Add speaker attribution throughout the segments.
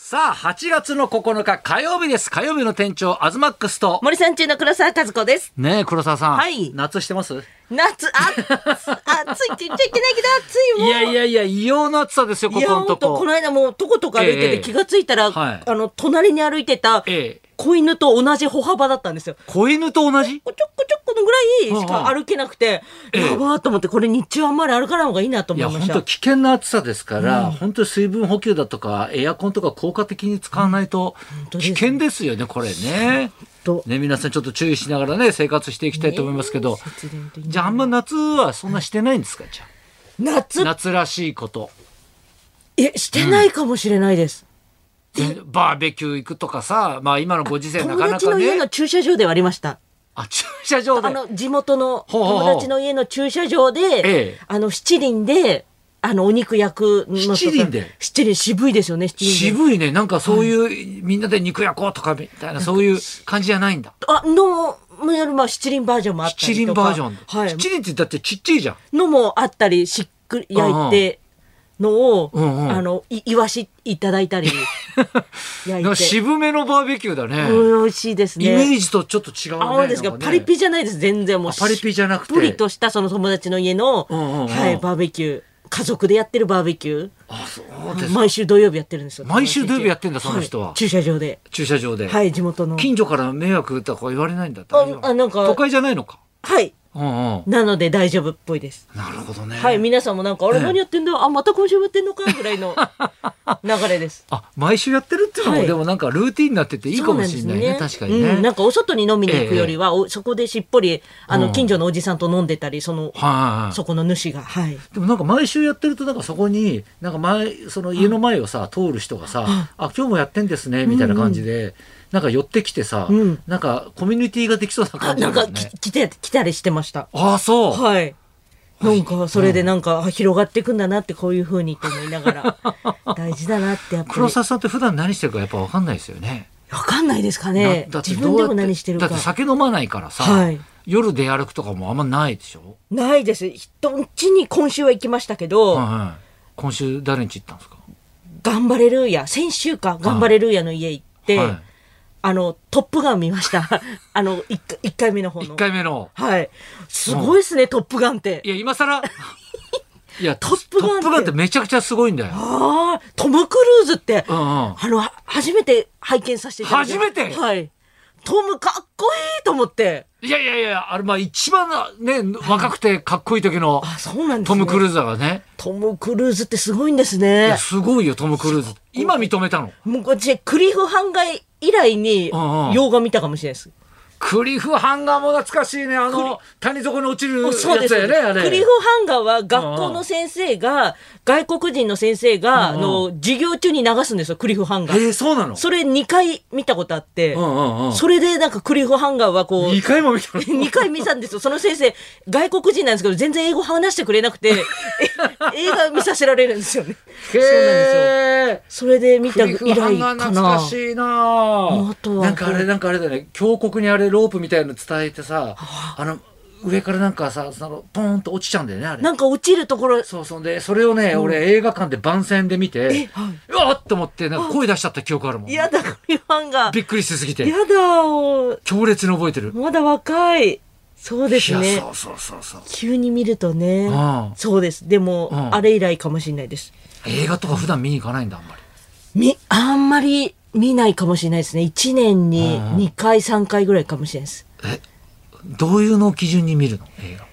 Speaker 1: さあ、8月の9日火曜日です。火曜日の店長、アズマックスと。
Speaker 2: 森さん中の黒沢和子です。
Speaker 1: ねえ、黒沢さん。
Speaker 2: はい
Speaker 1: 夏してます
Speaker 2: 夏、あ、あ暑いって言っちゃいけないけど暑いも
Speaker 1: い
Speaker 2: ん。
Speaker 1: やいやいや、異様な暑さですよ、こ
Speaker 2: いや、
Speaker 1: この
Speaker 2: ほ
Speaker 1: と
Speaker 2: んと、こ
Speaker 1: こ
Speaker 2: の。間もうとことか歩いて
Speaker 1: ええ
Speaker 2: て気がついたら、
Speaker 1: はい
Speaker 2: あの、隣に歩いてた
Speaker 1: ええ
Speaker 2: 子犬と同じ歩幅だったんですよ。
Speaker 1: 子犬と同じ
Speaker 2: こちょこちょこのぐらいしか歩けなくて、
Speaker 1: うんうん
Speaker 2: やばーと思って、これ日中あんまり歩かない方がいいなと
Speaker 1: い
Speaker 2: 思い
Speaker 1: や、
Speaker 2: ま
Speaker 1: 本
Speaker 2: した。
Speaker 1: 当危険な暑さですから、本当に水分補給だとか、エアコンとか効果的に使わないと、
Speaker 2: 当で
Speaker 1: 危
Speaker 2: すね
Speaker 1: 険ですよね、これね。
Speaker 2: と
Speaker 1: ね、皆さんちょっと注意しながらね、生活していきたいと思いますけど
Speaker 2: ね、え節電と言いながら
Speaker 1: じゃああんま夏はそんなしてないんですか、じゃあ。
Speaker 2: 夏、
Speaker 1: 夏らしいこと。
Speaker 2: え、してないかもしれないです。
Speaker 1: バーベキュー行くとかさ、まあ今のご時世なか
Speaker 2: 友
Speaker 1: な
Speaker 2: 達
Speaker 1: か
Speaker 2: の家
Speaker 1: ね
Speaker 2: の。駐車場ではありました。
Speaker 1: あ、駐車場で
Speaker 2: あ。の地元の
Speaker 1: ほうほうほう
Speaker 2: 友達の家の駐車場で、
Speaker 1: ええ
Speaker 2: あの七輪で、あのお肉焼くのとか
Speaker 1: 七輪で
Speaker 2: 七輪渋いですよね、七輪で。
Speaker 1: 渋いね。なんかそういう、みんなで肉焼こうとかみたいな、そういう感じじゃないんだ。
Speaker 2: あ、の、もやるまあ七輪バージョンもあった
Speaker 1: 七
Speaker 2: りと
Speaker 1: 輪
Speaker 2: か。
Speaker 1: バージョンだ。
Speaker 2: はい。
Speaker 1: 七輪ってだってちっちゃいじゃん。
Speaker 2: のもあったり、しっくり焼いて、のを、
Speaker 1: うんうん
Speaker 2: あの、い、いわしいただいた り、
Speaker 1: なん
Speaker 2: 焼
Speaker 1: か
Speaker 2: いて。
Speaker 1: 渋めのバーベキューだね。
Speaker 2: うん美味しいですね。
Speaker 1: イメージとちょっと違うね。
Speaker 2: あ、そうですか、
Speaker 1: なんね
Speaker 2: パリピじゃないです、全然もう
Speaker 1: あ。パリピじゃなくて
Speaker 2: しっぷりとしたその友達の家の、
Speaker 1: うんうんうん
Speaker 2: はい、バーベキュー。家族でやってるバーベキュー。
Speaker 1: あ、そうですか。
Speaker 2: 毎週土曜日やってるんですよ。
Speaker 1: 毎週土曜日やってんだその人はい
Speaker 2: 駐車場で。
Speaker 1: 駐車場で。
Speaker 2: はい、地元の。
Speaker 1: 近所から迷惑とか言われないんだって。
Speaker 2: ああなんか
Speaker 1: 都会じゃないのか。
Speaker 2: はい。
Speaker 1: うんうん。
Speaker 2: なので大丈夫っぽいです。
Speaker 1: なるほどね。
Speaker 2: はい、皆さんもなんか、あ
Speaker 1: え
Speaker 2: れ
Speaker 1: え
Speaker 2: 何やってんだあ、また今週もやってんのかぐら いの流れです。
Speaker 1: あ、毎週やってるっていうのも、
Speaker 2: はい
Speaker 1: でもなんかルーティンになってていいかもしれないね。
Speaker 2: そう
Speaker 1: 確か
Speaker 2: んです
Speaker 1: にね。
Speaker 2: うん、なんかお外に飲みに行くよりは、おそこでしっぽり、あ
Speaker 1: うん
Speaker 2: の、近所のおじさんと飲んでたり、その、
Speaker 1: はい、
Speaker 2: そこの主が。はい。
Speaker 1: でもなんか毎週やってるとなんかそこになんか前その家の前をさ通る人がさ「あ今日もやってんですね」みたいな感じでなんか寄ってきてさ
Speaker 2: うん
Speaker 1: なんかコミュニティができそうな
Speaker 2: あ、
Speaker 1: 感じ
Speaker 2: な
Speaker 1: だ
Speaker 2: んか、
Speaker 1: よ
Speaker 2: き
Speaker 1: ね。
Speaker 2: 来て、来たりしてました。
Speaker 1: ああそう
Speaker 2: はい。なんか、それでなんか、あ広がっていくんだなって、こういうふうにと思いなが ら、大事だなって、やっぱり。
Speaker 1: 黒
Speaker 2: わ
Speaker 1: 沢さんって普段何してるかやっぱ分かんないですよね。
Speaker 2: かんないですか
Speaker 1: な
Speaker 2: ね。
Speaker 1: だって
Speaker 2: 自
Speaker 1: ど
Speaker 2: 分
Speaker 1: うやっ
Speaker 2: で
Speaker 1: て
Speaker 2: も何してるか
Speaker 1: だっ。て酒飲まないからさ、
Speaker 2: はい
Speaker 1: 夜出歩くとかもあんまないでしょ、
Speaker 2: ないです。人んちに今週は行きましたけど、
Speaker 1: はいはい今週誰に行ったんですか
Speaker 2: 頑張れルーヤ、先週か、頑張れルーヤの家行って、
Speaker 1: は
Speaker 2: あの、トップガン見ま した。あの、一回一回目の方
Speaker 1: い、1
Speaker 2: の。
Speaker 1: 回目の
Speaker 2: はい。すごいですね、トップガンって
Speaker 1: い。や今更 いや
Speaker 2: トップガンって
Speaker 1: トってめちゃくちゃすごいんだよ。
Speaker 2: ああ、トム・クルーズって、
Speaker 1: うんうん
Speaker 2: あの、は初めて拝見させていただいて。
Speaker 1: 初めて
Speaker 2: はい。トムかっこいいと思って。
Speaker 1: いやいやいや、あれまあ一番なね、若くてかっこいい時の
Speaker 2: あ、そうなんです
Speaker 1: ト
Speaker 2: ね。
Speaker 1: ム・クルー
Speaker 2: ーズ。
Speaker 1: ズだからね。
Speaker 2: トム・クルーズってすごいんです
Speaker 1: い
Speaker 2: ね
Speaker 1: や、。すごいよ、トム・クルーズ。今認めたの。
Speaker 2: もう私、クリフハンガー以来に
Speaker 1: うんうん、
Speaker 2: 洋画見たかもしれないです。
Speaker 1: クリフハンガーも懐かしいね。あの、谷底に落ちるやつ
Speaker 2: そうです
Speaker 1: だよね、あれ。
Speaker 2: クリフハンガーは学校の先生が、外国人の先生が、あ
Speaker 1: うんうん
Speaker 2: の、授業中に流すんですよ、クリフハンガー。
Speaker 1: えー、そうなの
Speaker 2: それ2回見たことあって
Speaker 1: う、んうんうん。
Speaker 2: それでなんかクリフハンガーはこう、
Speaker 1: 2回も見た の。
Speaker 2: 2回見たんですよ。その先生、外国人なんですけど、全然英語話してくれな くて、え映画見させられるんですよね。そうなんですよ。
Speaker 1: へー
Speaker 2: それで見
Speaker 1: ク
Speaker 2: た
Speaker 1: リ
Speaker 2: 以
Speaker 1: フハン
Speaker 2: 来
Speaker 1: ガー
Speaker 2: か
Speaker 1: 懐
Speaker 2: な
Speaker 1: か。しいなぁ
Speaker 2: あとは
Speaker 1: なんかあれ、なんかあれだよね。峡谷にあれ、ロープみたいなの伝えてさ、あの、上からなんかさ、その、ポーンと落ちちゃうんだよね、あれ。
Speaker 2: なんか落ちるところ、
Speaker 1: そうそうでそれをね、俺映画館で番宣で見て、うわっと思ってなんか声出しちゃった記憶あるもん
Speaker 2: やだ、クリフハンガー。
Speaker 1: びっくりしすぎて
Speaker 2: やだ、おー
Speaker 1: 強烈に覚えてる、
Speaker 2: まだ若い。そうです
Speaker 1: い
Speaker 2: ね
Speaker 1: やそ。うそうそうそう
Speaker 2: 急に見るとね
Speaker 1: うん。
Speaker 2: そうです。でも、
Speaker 1: うん
Speaker 2: あれ以来かもしれないです。
Speaker 1: 映画とか普段見に行かないんだあんまり
Speaker 2: み、あんまり見ないかもしれないですね。1年に
Speaker 1: うんうん
Speaker 2: 2回、3回ぐらいかもしれないです。
Speaker 1: えどういうのを基準に見るの映画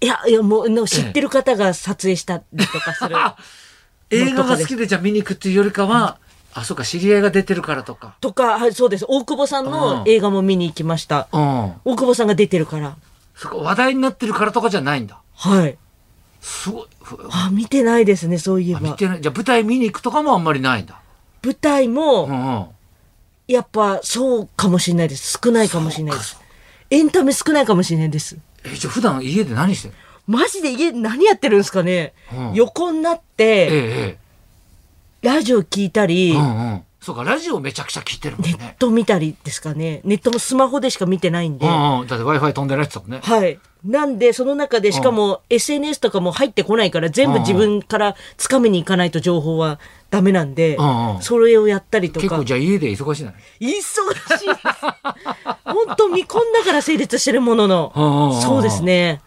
Speaker 2: いや、いや、もう、の知ってる方が撮影したりとかする。
Speaker 1: あ 映画が好きでじゃあ見に行くっていうよりかは、あそうか知り合いが出てるからとか
Speaker 2: とか、はい、そうです。大久保さん
Speaker 1: う
Speaker 2: の
Speaker 1: ん
Speaker 2: 映画も見に行きました。
Speaker 1: うん
Speaker 2: 大久保さんが出てるから。
Speaker 1: そっか話題になってるからとかじゃないんだ
Speaker 2: はい。
Speaker 1: すごいふ
Speaker 2: あ、見てないですね、そういえ
Speaker 1: あ見
Speaker 2: ば。
Speaker 1: てないじゃあ舞台見に行くとかもあんまりないんだ
Speaker 2: 舞台
Speaker 1: う
Speaker 2: も、
Speaker 1: んうん
Speaker 2: やっぱ、そうかもしれないです。少ないかもしれないです。エンタメ少ないかもしれないです。
Speaker 1: えじゃあ普段家で何してるの
Speaker 2: マジで家で何やってるんですかね、
Speaker 1: うん
Speaker 2: 横になっ
Speaker 1: ええ
Speaker 2: て、
Speaker 1: ええ
Speaker 2: ラジオ聞いたり、
Speaker 1: うんうん。そうか、ラジオめちゃくちゃ聞いてるもん
Speaker 2: ネッ
Speaker 1: ね。
Speaker 2: ト見たりですかね。ネットもスマホでしか見てないんで。
Speaker 1: うんうん。だって Wi-Fi 飛んでないって言ってたもんね。
Speaker 2: はい。なんでその中でしかも SNS とかも入ってこないから全
Speaker 1: う
Speaker 2: 部
Speaker 1: ん
Speaker 2: 自分からつかみに行かないと情報はダメなんで
Speaker 1: うんうん
Speaker 2: それをやったりと
Speaker 1: 結
Speaker 2: か
Speaker 1: 構じゃあ家で忙しいな
Speaker 2: 忙しいです本当見込んだから成立してるもの
Speaker 1: うんうんう
Speaker 2: の
Speaker 1: ん
Speaker 2: そうですね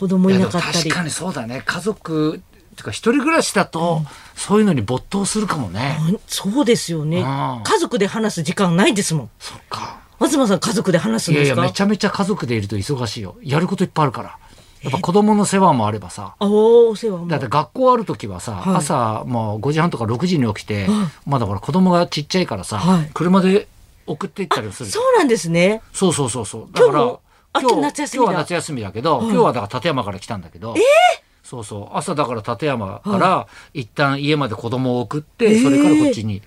Speaker 2: 子供い
Speaker 1: いや
Speaker 2: な
Speaker 1: でも
Speaker 2: かった
Speaker 1: 確
Speaker 2: り
Speaker 1: かにそうだね家族とか一人暮らしだとそういうのに没頭するかもね、
Speaker 2: ほんそうですよね
Speaker 1: うん
Speaker 2: 家族で話す時間ないですもん
Speaker 1: そっか
Speaker 2: 東さん家族で話すん
Speaker 1: いやい
Speaker 2: です
Speaker 1: や
Speaker 2: か
Speaker 1: めちゃめちゃ家族でいると忙しいよやることいっぱいあるからやっぱ子供の世話もあればさ
Speaker 2: あおお世話も
Speaker 1: だって学校ある時はさ、
Speaker 2: はい
Speaker 1: 朝もう5時半とか6時に起きて、まだほら子供がちっちゃいからさ、
Speaker 2: はい
Speaker 1: 車で送っていったりもするじゃん
Speaker 2: そうなんですね
Speaker 1: そうそうそうそう。だから
Speaker 2: 今日もあ
Speaker 1: 今日
Speaker 2: 今日夏休みだ
Speaker 1: 今日は夏休みだけど、今日はだから立山から来たんだけど。そうそう。朝だから立山から一旦家まで子供を送って、
Speaker 2: えー
Speaker 1: それからこっちに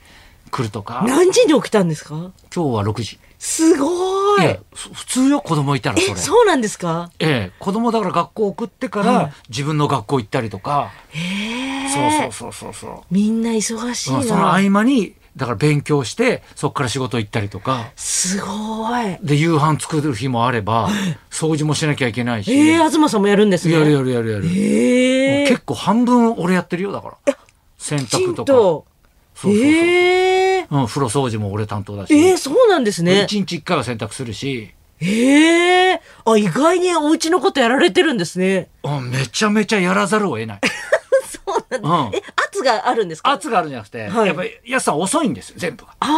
Speaker 1: 来るとか。
Speaker 2: 何時に起きたんですか
Speaker 1: 今日は6時。
Speaker 2: すご
Speaker 1: い
Speaker 2: ーい
Speaker 1: や、そ普通よ子供いたらそ
Speaker 2: え
Speaker 1: れ。
Speaker 2: そうなんですか
Speaker 1: ええ、子供だから学校送ってから、
Speaker 2: はい
Speaker 1: 自分の学校行ったりとか。
Speaker 2: え
Speaker 1: そう
Speaker 2: ー
Speaker 1: そうそうそうそ。
Speaker 2: みんな忙しいう
Speaker 1: うんその
Speaker 2: な
Speaker 1: 合間に、だから勉強して、そこから仕事行ったりとか。
Speaker 2: すごーい
Speaker 1: で、夕飯作る日もあれ ば、掃除もしなきゃいけないし。
Speaker 2: えー東さんもやるんですね
Speaker 1: やるやるやるやる。もう
Speaker 2: えー
Speaker 1: 結構半分俺やってるよだから洗
Speaker 2: きち
Speaker 1: 濯
Speaker 2: ん
Speaker 1: とかそう
Speaker 2: と
Speaker 1: そうそう、
Speaker 2: えー
Speaker 1: うん、風呂掃除も俺担当だし、
Speaker 2: えーそうなんですね
Speaker 1: 一日一回は洗濯するし、
Speaker 2: ええあ、意外にお家のことやられてるんですね。
Speaker 1: うん、めちゃめちゃやらざるを得ない
Speaker 2: そうなん
Speaker 1: うん
Speaker 2: え、圧があるんですか
Speaker 1: 圧があるんじゃなくて、
Speaker 2: はい
Speaker 1: やっぱりやすさん遅いんですよ全部が。
Speaker 2: あ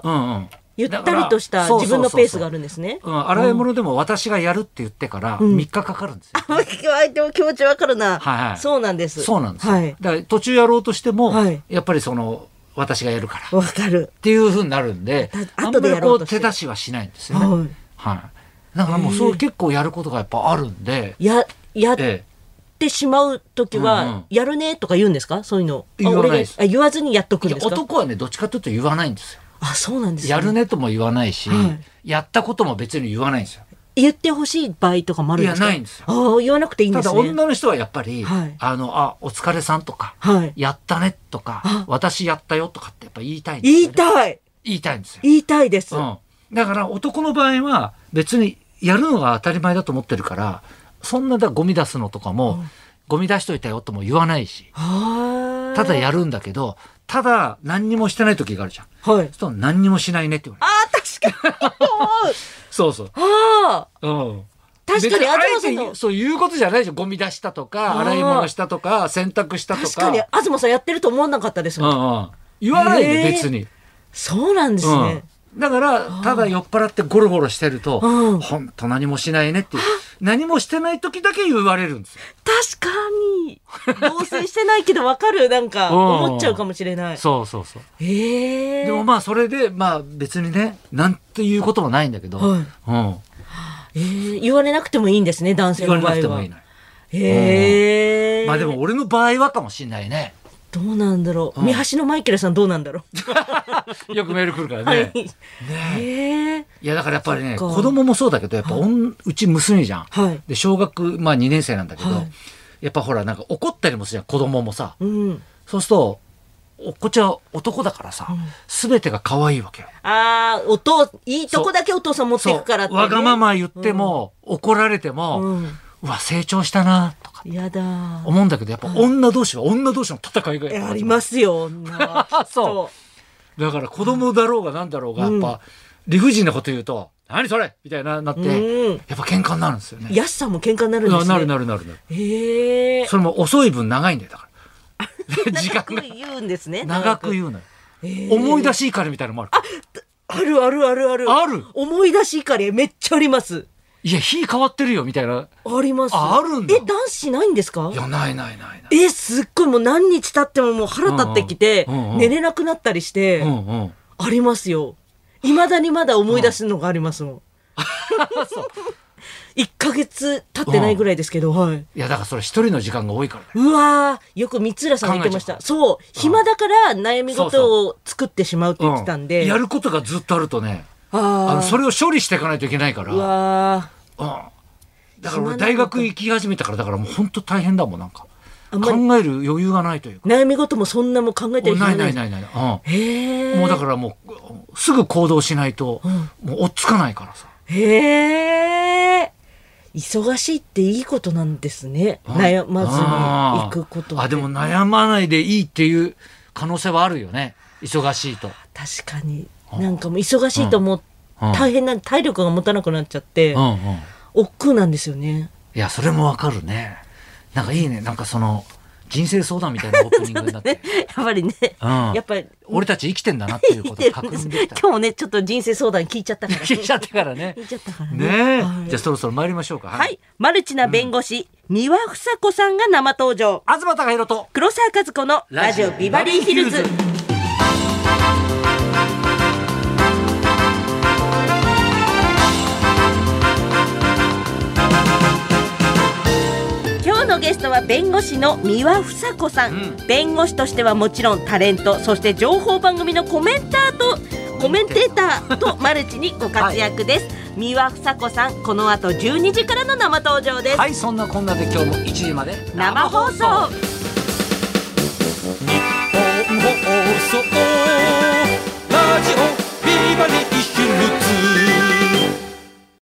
Speaker 2: あ、
Speaker 1: うんうん、
Speaker 2: ゆったりとした
Speaker 1: だから
Speaker 2: 自分のペースがあるん
Speaker 1: そうそうそう
Speaker 2: ですね。
Speaker 1: うん、洗い物でも私がやるって言ってから
Speaker 2: ん
Speaker 1: 3日かかるんですよ、
Speaker 2: あ、でも気持ちわかる
Speaker 1: は
Speaker 2: な。
Speaker 1: いはい
Speaker 2: そうなんです。
Speaker 1: そうなんですよ、
Speaker 2: はい。
Speaker 1: だから途中やろうとしても、
Speaker 2: はい
Speaker 1: やっぱりその私がやるからっ
Speaker 2: わかる。
Speaker 1: ていうふうになるんで
Speaker 2: だ
Speaker 1: あん
Speaker 2: 後
Speaker 1: ま
Speaker 2: で
Speaker 1: り
Speaker 2: やろ
Speaker 1: こ
Speaker 2: うと
Speaker 1: う
Speaker 2: して
Speaker 1: 手出しはしないんですよね。
Speaker 2: は
Speaker 1: はい。だからもうそう結構やることがやっぱあるんで、
Speaker 2: い。や、やっ
Speaker 1: ええ、
Speaker 2: てしまうとき
Speaker 1: うんう
Speaker 2: は
Speaker 1: ん、
Speaker 2: やるねとか言うんですかそういうの。あ
Speaker 1: 言わないです
Speaker 2: 俺があ言わずにやっとくん
Speaker 1: いや
Speaker 2: ですか
Speaker 1: 男はねどっちかというと言わないんですよ。
Speaker 2: あ、そうなんですね
Speaker 1: やるねとも言わないし、
Speaker 2: は
Speaker 1: やったことも別に言わないんですよ。
Speaker 2: 言ってほしい場合とかもあるんですか
Speaker 1: いやないんですよ
Speaker 2: ああ、言わなくていいん
Speaker 1: た
Speaker 2: です
Speaker 1: だ
Speaker 2: ね。
Speaker 1: 女の人はやっぱり、
Speaker 2: はい
Speaker 1: あのあお疲れさんとか、
Speaker 2: はい。
Speaker 1: やったねとか
Speaker 2: あ
Speaker 1: 私やったよとかってやっぱ言いたいんですよ、
Speaker 2: 言
Speaker 1: ね。
Speaker 2: いたい
Speaker 1: 言いたいんですよ。
Speaker 2: 言いたいです。
Speaker 1: うん、だから男の場合は別にやるのが当たり前だと思ってるからそんなだゴミ出すのとかも、ゴミ出しといたよとも言わないし
Speaker 2: は
Speaker 1: ただやるんだけどただ何にもしてない時があるじゃん。
Speaker 2: はい。
Speaker 1: そう何にもしないねって言われる。
Speaker 2: あ あ、確かに。
Speaker 1: そうそう。
Speaker 2: ああ、
Speaker 1: うん。
Speaker 2: 確かに、
Speaker 1: 別あ
Speaker 2: 東さん
Speaker 1: え
Speaker 2: の
Speaker 1: て。そういうことじゃないでしょ。ゴミ出したと
Speaker 2: あー
Speaker 1: か、洗い物したとか、洗濯したとか。
Speaker 2: 確かに、東さんやってると思わなかったです
Speaker 1: う
Speaker 2: もん。
Speaker 1: んうん。言わない
Speaker 2: へ
Speaker 1: で、
Speaker 2: ー
Speaker 1: 別に。
Speaker 2: そうなんですね。
Speaker 1: うん。だから、ただ酔っ払ってゴロゴロしてると、
Speaker 2: うん
Speaker 1: ほんと何もしないねっていう、何もしてない時だけ言われるんですよ。
Speaker 2: 確かに。同棲してないけどわかる。なんか、
Speaker 1: うん
Speaker 2: 思っちゃうかもしれない。
Speaker 1: そうそうそう。
Speaker 2: ええ
Speaker 1: でもまあ、それで、まあ別にね、なんていうこともないんだけど、
Speaker 2: はい
Speaker 1: うん。
Speaker 2: ええ言われなくてもいいんですね、男性
Speaker 1: 言わ
Speaker 2: の
Speaker 1: れ
Speaker 2: 場
Speaker 1: な
Speaker 2: 合
Speaker 1: くても
Speaker 2: は。
Speaker 1: いいのよ。
Speaker 2: ええ
Speaker 1: まあでも、俺の場合はかもしんないね。
Speaker 2: どうなんだろう。
Speaker 1: うん
Speaker 2: 三橋のマイケルさんどうなんだろ
Speaker 1: よくメール来るから
Speaker 2: う。
Speaker 1: ね。
Speaker 2: はい。
Speaker 1: ね
Speaker 2: ええ
Speaker 1: いやだからやっぱりね
Speaker 2: そっか
Speaker 1: 子供もそうだけどやっぱおんうち娘じゃん、
Speaker 2: はい
Speaker 1: で小学、まあ、2年生なんだけど、
Speaker 2: はい
Speaker 1: やっぱほらなんか怒ったりもするじゃん子供もさ
Speaker 2: うん。
Speaker 1: そうするとおこっちは男だからさ、
Speaker 2: うん
Speaker 1: 全てが可愛いわけよ。
Speaker 2: ああ、お父、いいとこだけお父さん持っていくからって、ね。
Speaker 1: わがまま言っても、怒られても、う
Speaker 2: うん。
Speaker 1: わ成長したなとか
Speaker 2: やだー。
Speaker 1: 思うんだけどやっぱ女同士は女同士の戦いが
Speaker 2: え
Speaker 1: やっぱ。
Speaker 2: ありますよ、女 は
Speaker 1: そだから子供だろうがなんだろうがやっぱ理不尽なこと言うと「何それ!」みたいななって、
Speaker 2: うん
Speaker 1: やっぱ喧嘩になるんですよね。
Speaker 2: 安さんも喧嘩になるんですね。
Speaker 1: なるなるなるなる。
Speaker 2: へえ。
Speaker 1: それも遅い分長いんだよだから時間
Speaker 2: 長
Speaker 1: が
Speaker 2: く言うんですね。
Speaker 1: 長く言うのよ
Speaker 2: へえ
Speaker 1: 思い出し怒りみたいなのもある
Speaker 2: あるあるあるある。
Speaker 1: ある
Speaker 2: 思い出し怒りめっちゃあります。
Speaker 1: いや日変わってるよみたいな
Speaker 2: あります。
Speaker 1: ああるんだ
Speaker 2: え、男子ないんですか
Speaker 1: いやないないないない
Speaker 2: え、すっごいもう何日経ってももう腹立ってきて、
Speaker 1: うんうんうんうん
Speaker 2: 寝れなくなったりして、
Speaker 1: うんうん
Speaker 2: ありますよ。いまだにまだ思い出すのがありますもん。 一1ヶ月経ってないぐらいですけど、はい。
Speaker 1: いやだからそれ一人の時間が多いからね
Speaker 2: うわーよく三浦さんが言ってまし
Speaker 1: 考
Speaker 2: た。そう、暇だから悩み事を作ってしまうって言ってたんで。
Speaker 1: うんやることがずっとあるとね
Speaker 2: あ
Speaker 1: あ
Speaker 2: あ
Speaker 1: のそれを処理していかないといけないから
Speaker 2: うわ
Speaker 1: うんだから俺大学行き始めたからだからもう本当大変だもんなんか
Speaker 2: あ
Speaker 1: 考
Speaker 2: んまり
Speaker 1: える余裕がないというか
Speaker 2: ー悩み事もそんなも考えてる
Speaker 1: ないない
Speaker 2: い。
Speaker 1: ないないうん
Speaker 2: へえ。
Speaker 1: もうだからもうすぐ行動しないともう追っつかないからさ
Speaker 2: へえ。忙しいっていいことなんですね。
Speaker 1: あ
Speaker 2: 悩まずに行くこと
Speaker 1: あーあでも悩まないでいいっていう可能性はあるよね忙しいと、
Speaker 2: 確かになんかもう忙しいともう
Speaker 1: うん
Speaker 2: 大変な体力が持たなくなっちゃって
Speaker 1: うんうん、い
Speaker 2: 億劫なんですよね。
Speaker 1: やそれもわかるねなんかいいねなんかその人生相談みたいなオープニングになって、
Speaker 2: やっぱりね、
Speaker 1: うん、
Speaker 2: やっぱり
Speaker 1: 俺たち生きてんだなっていう
Speaker 2: 聞い
Speaker 1: こと
Speaker 2: て
Speaker 1: を
Speaker 2: る
Speaker 1: 確
Speaker 2: んです。
Speaker 1: 認できた
Speaker 2: 今日もねちょっと人生相談聞いちゃっ たから。
Speaker 1: 聞いちゃったからね
Speaker 2: 聞いちゃったからね。
Speaker 1: ねえ、
Speaker 2: はい
Speaker 1: じゃあそろそろ参りましょうか
Speaker 2: はい、マルチな弁護士、三輪房子さんが生登場。
Speaker 1: 東貴弘と
Speaker 2: 黒沢和子のラジオビバリーヒルズ。今日のゲストは弁護士の三輪房子さん、
Speaker 1: うん
Speaker 2: 弁護士としてはもちろんタレントそして情報番組のコメンターとコメンテーターとマルチにご活躍です、三輪房子さんこの後12時からの生登場です、
Speaker 1: はいそんなこんなで今日も1時まで
Speaker 2: 生放送
Speaker 1: 日本放送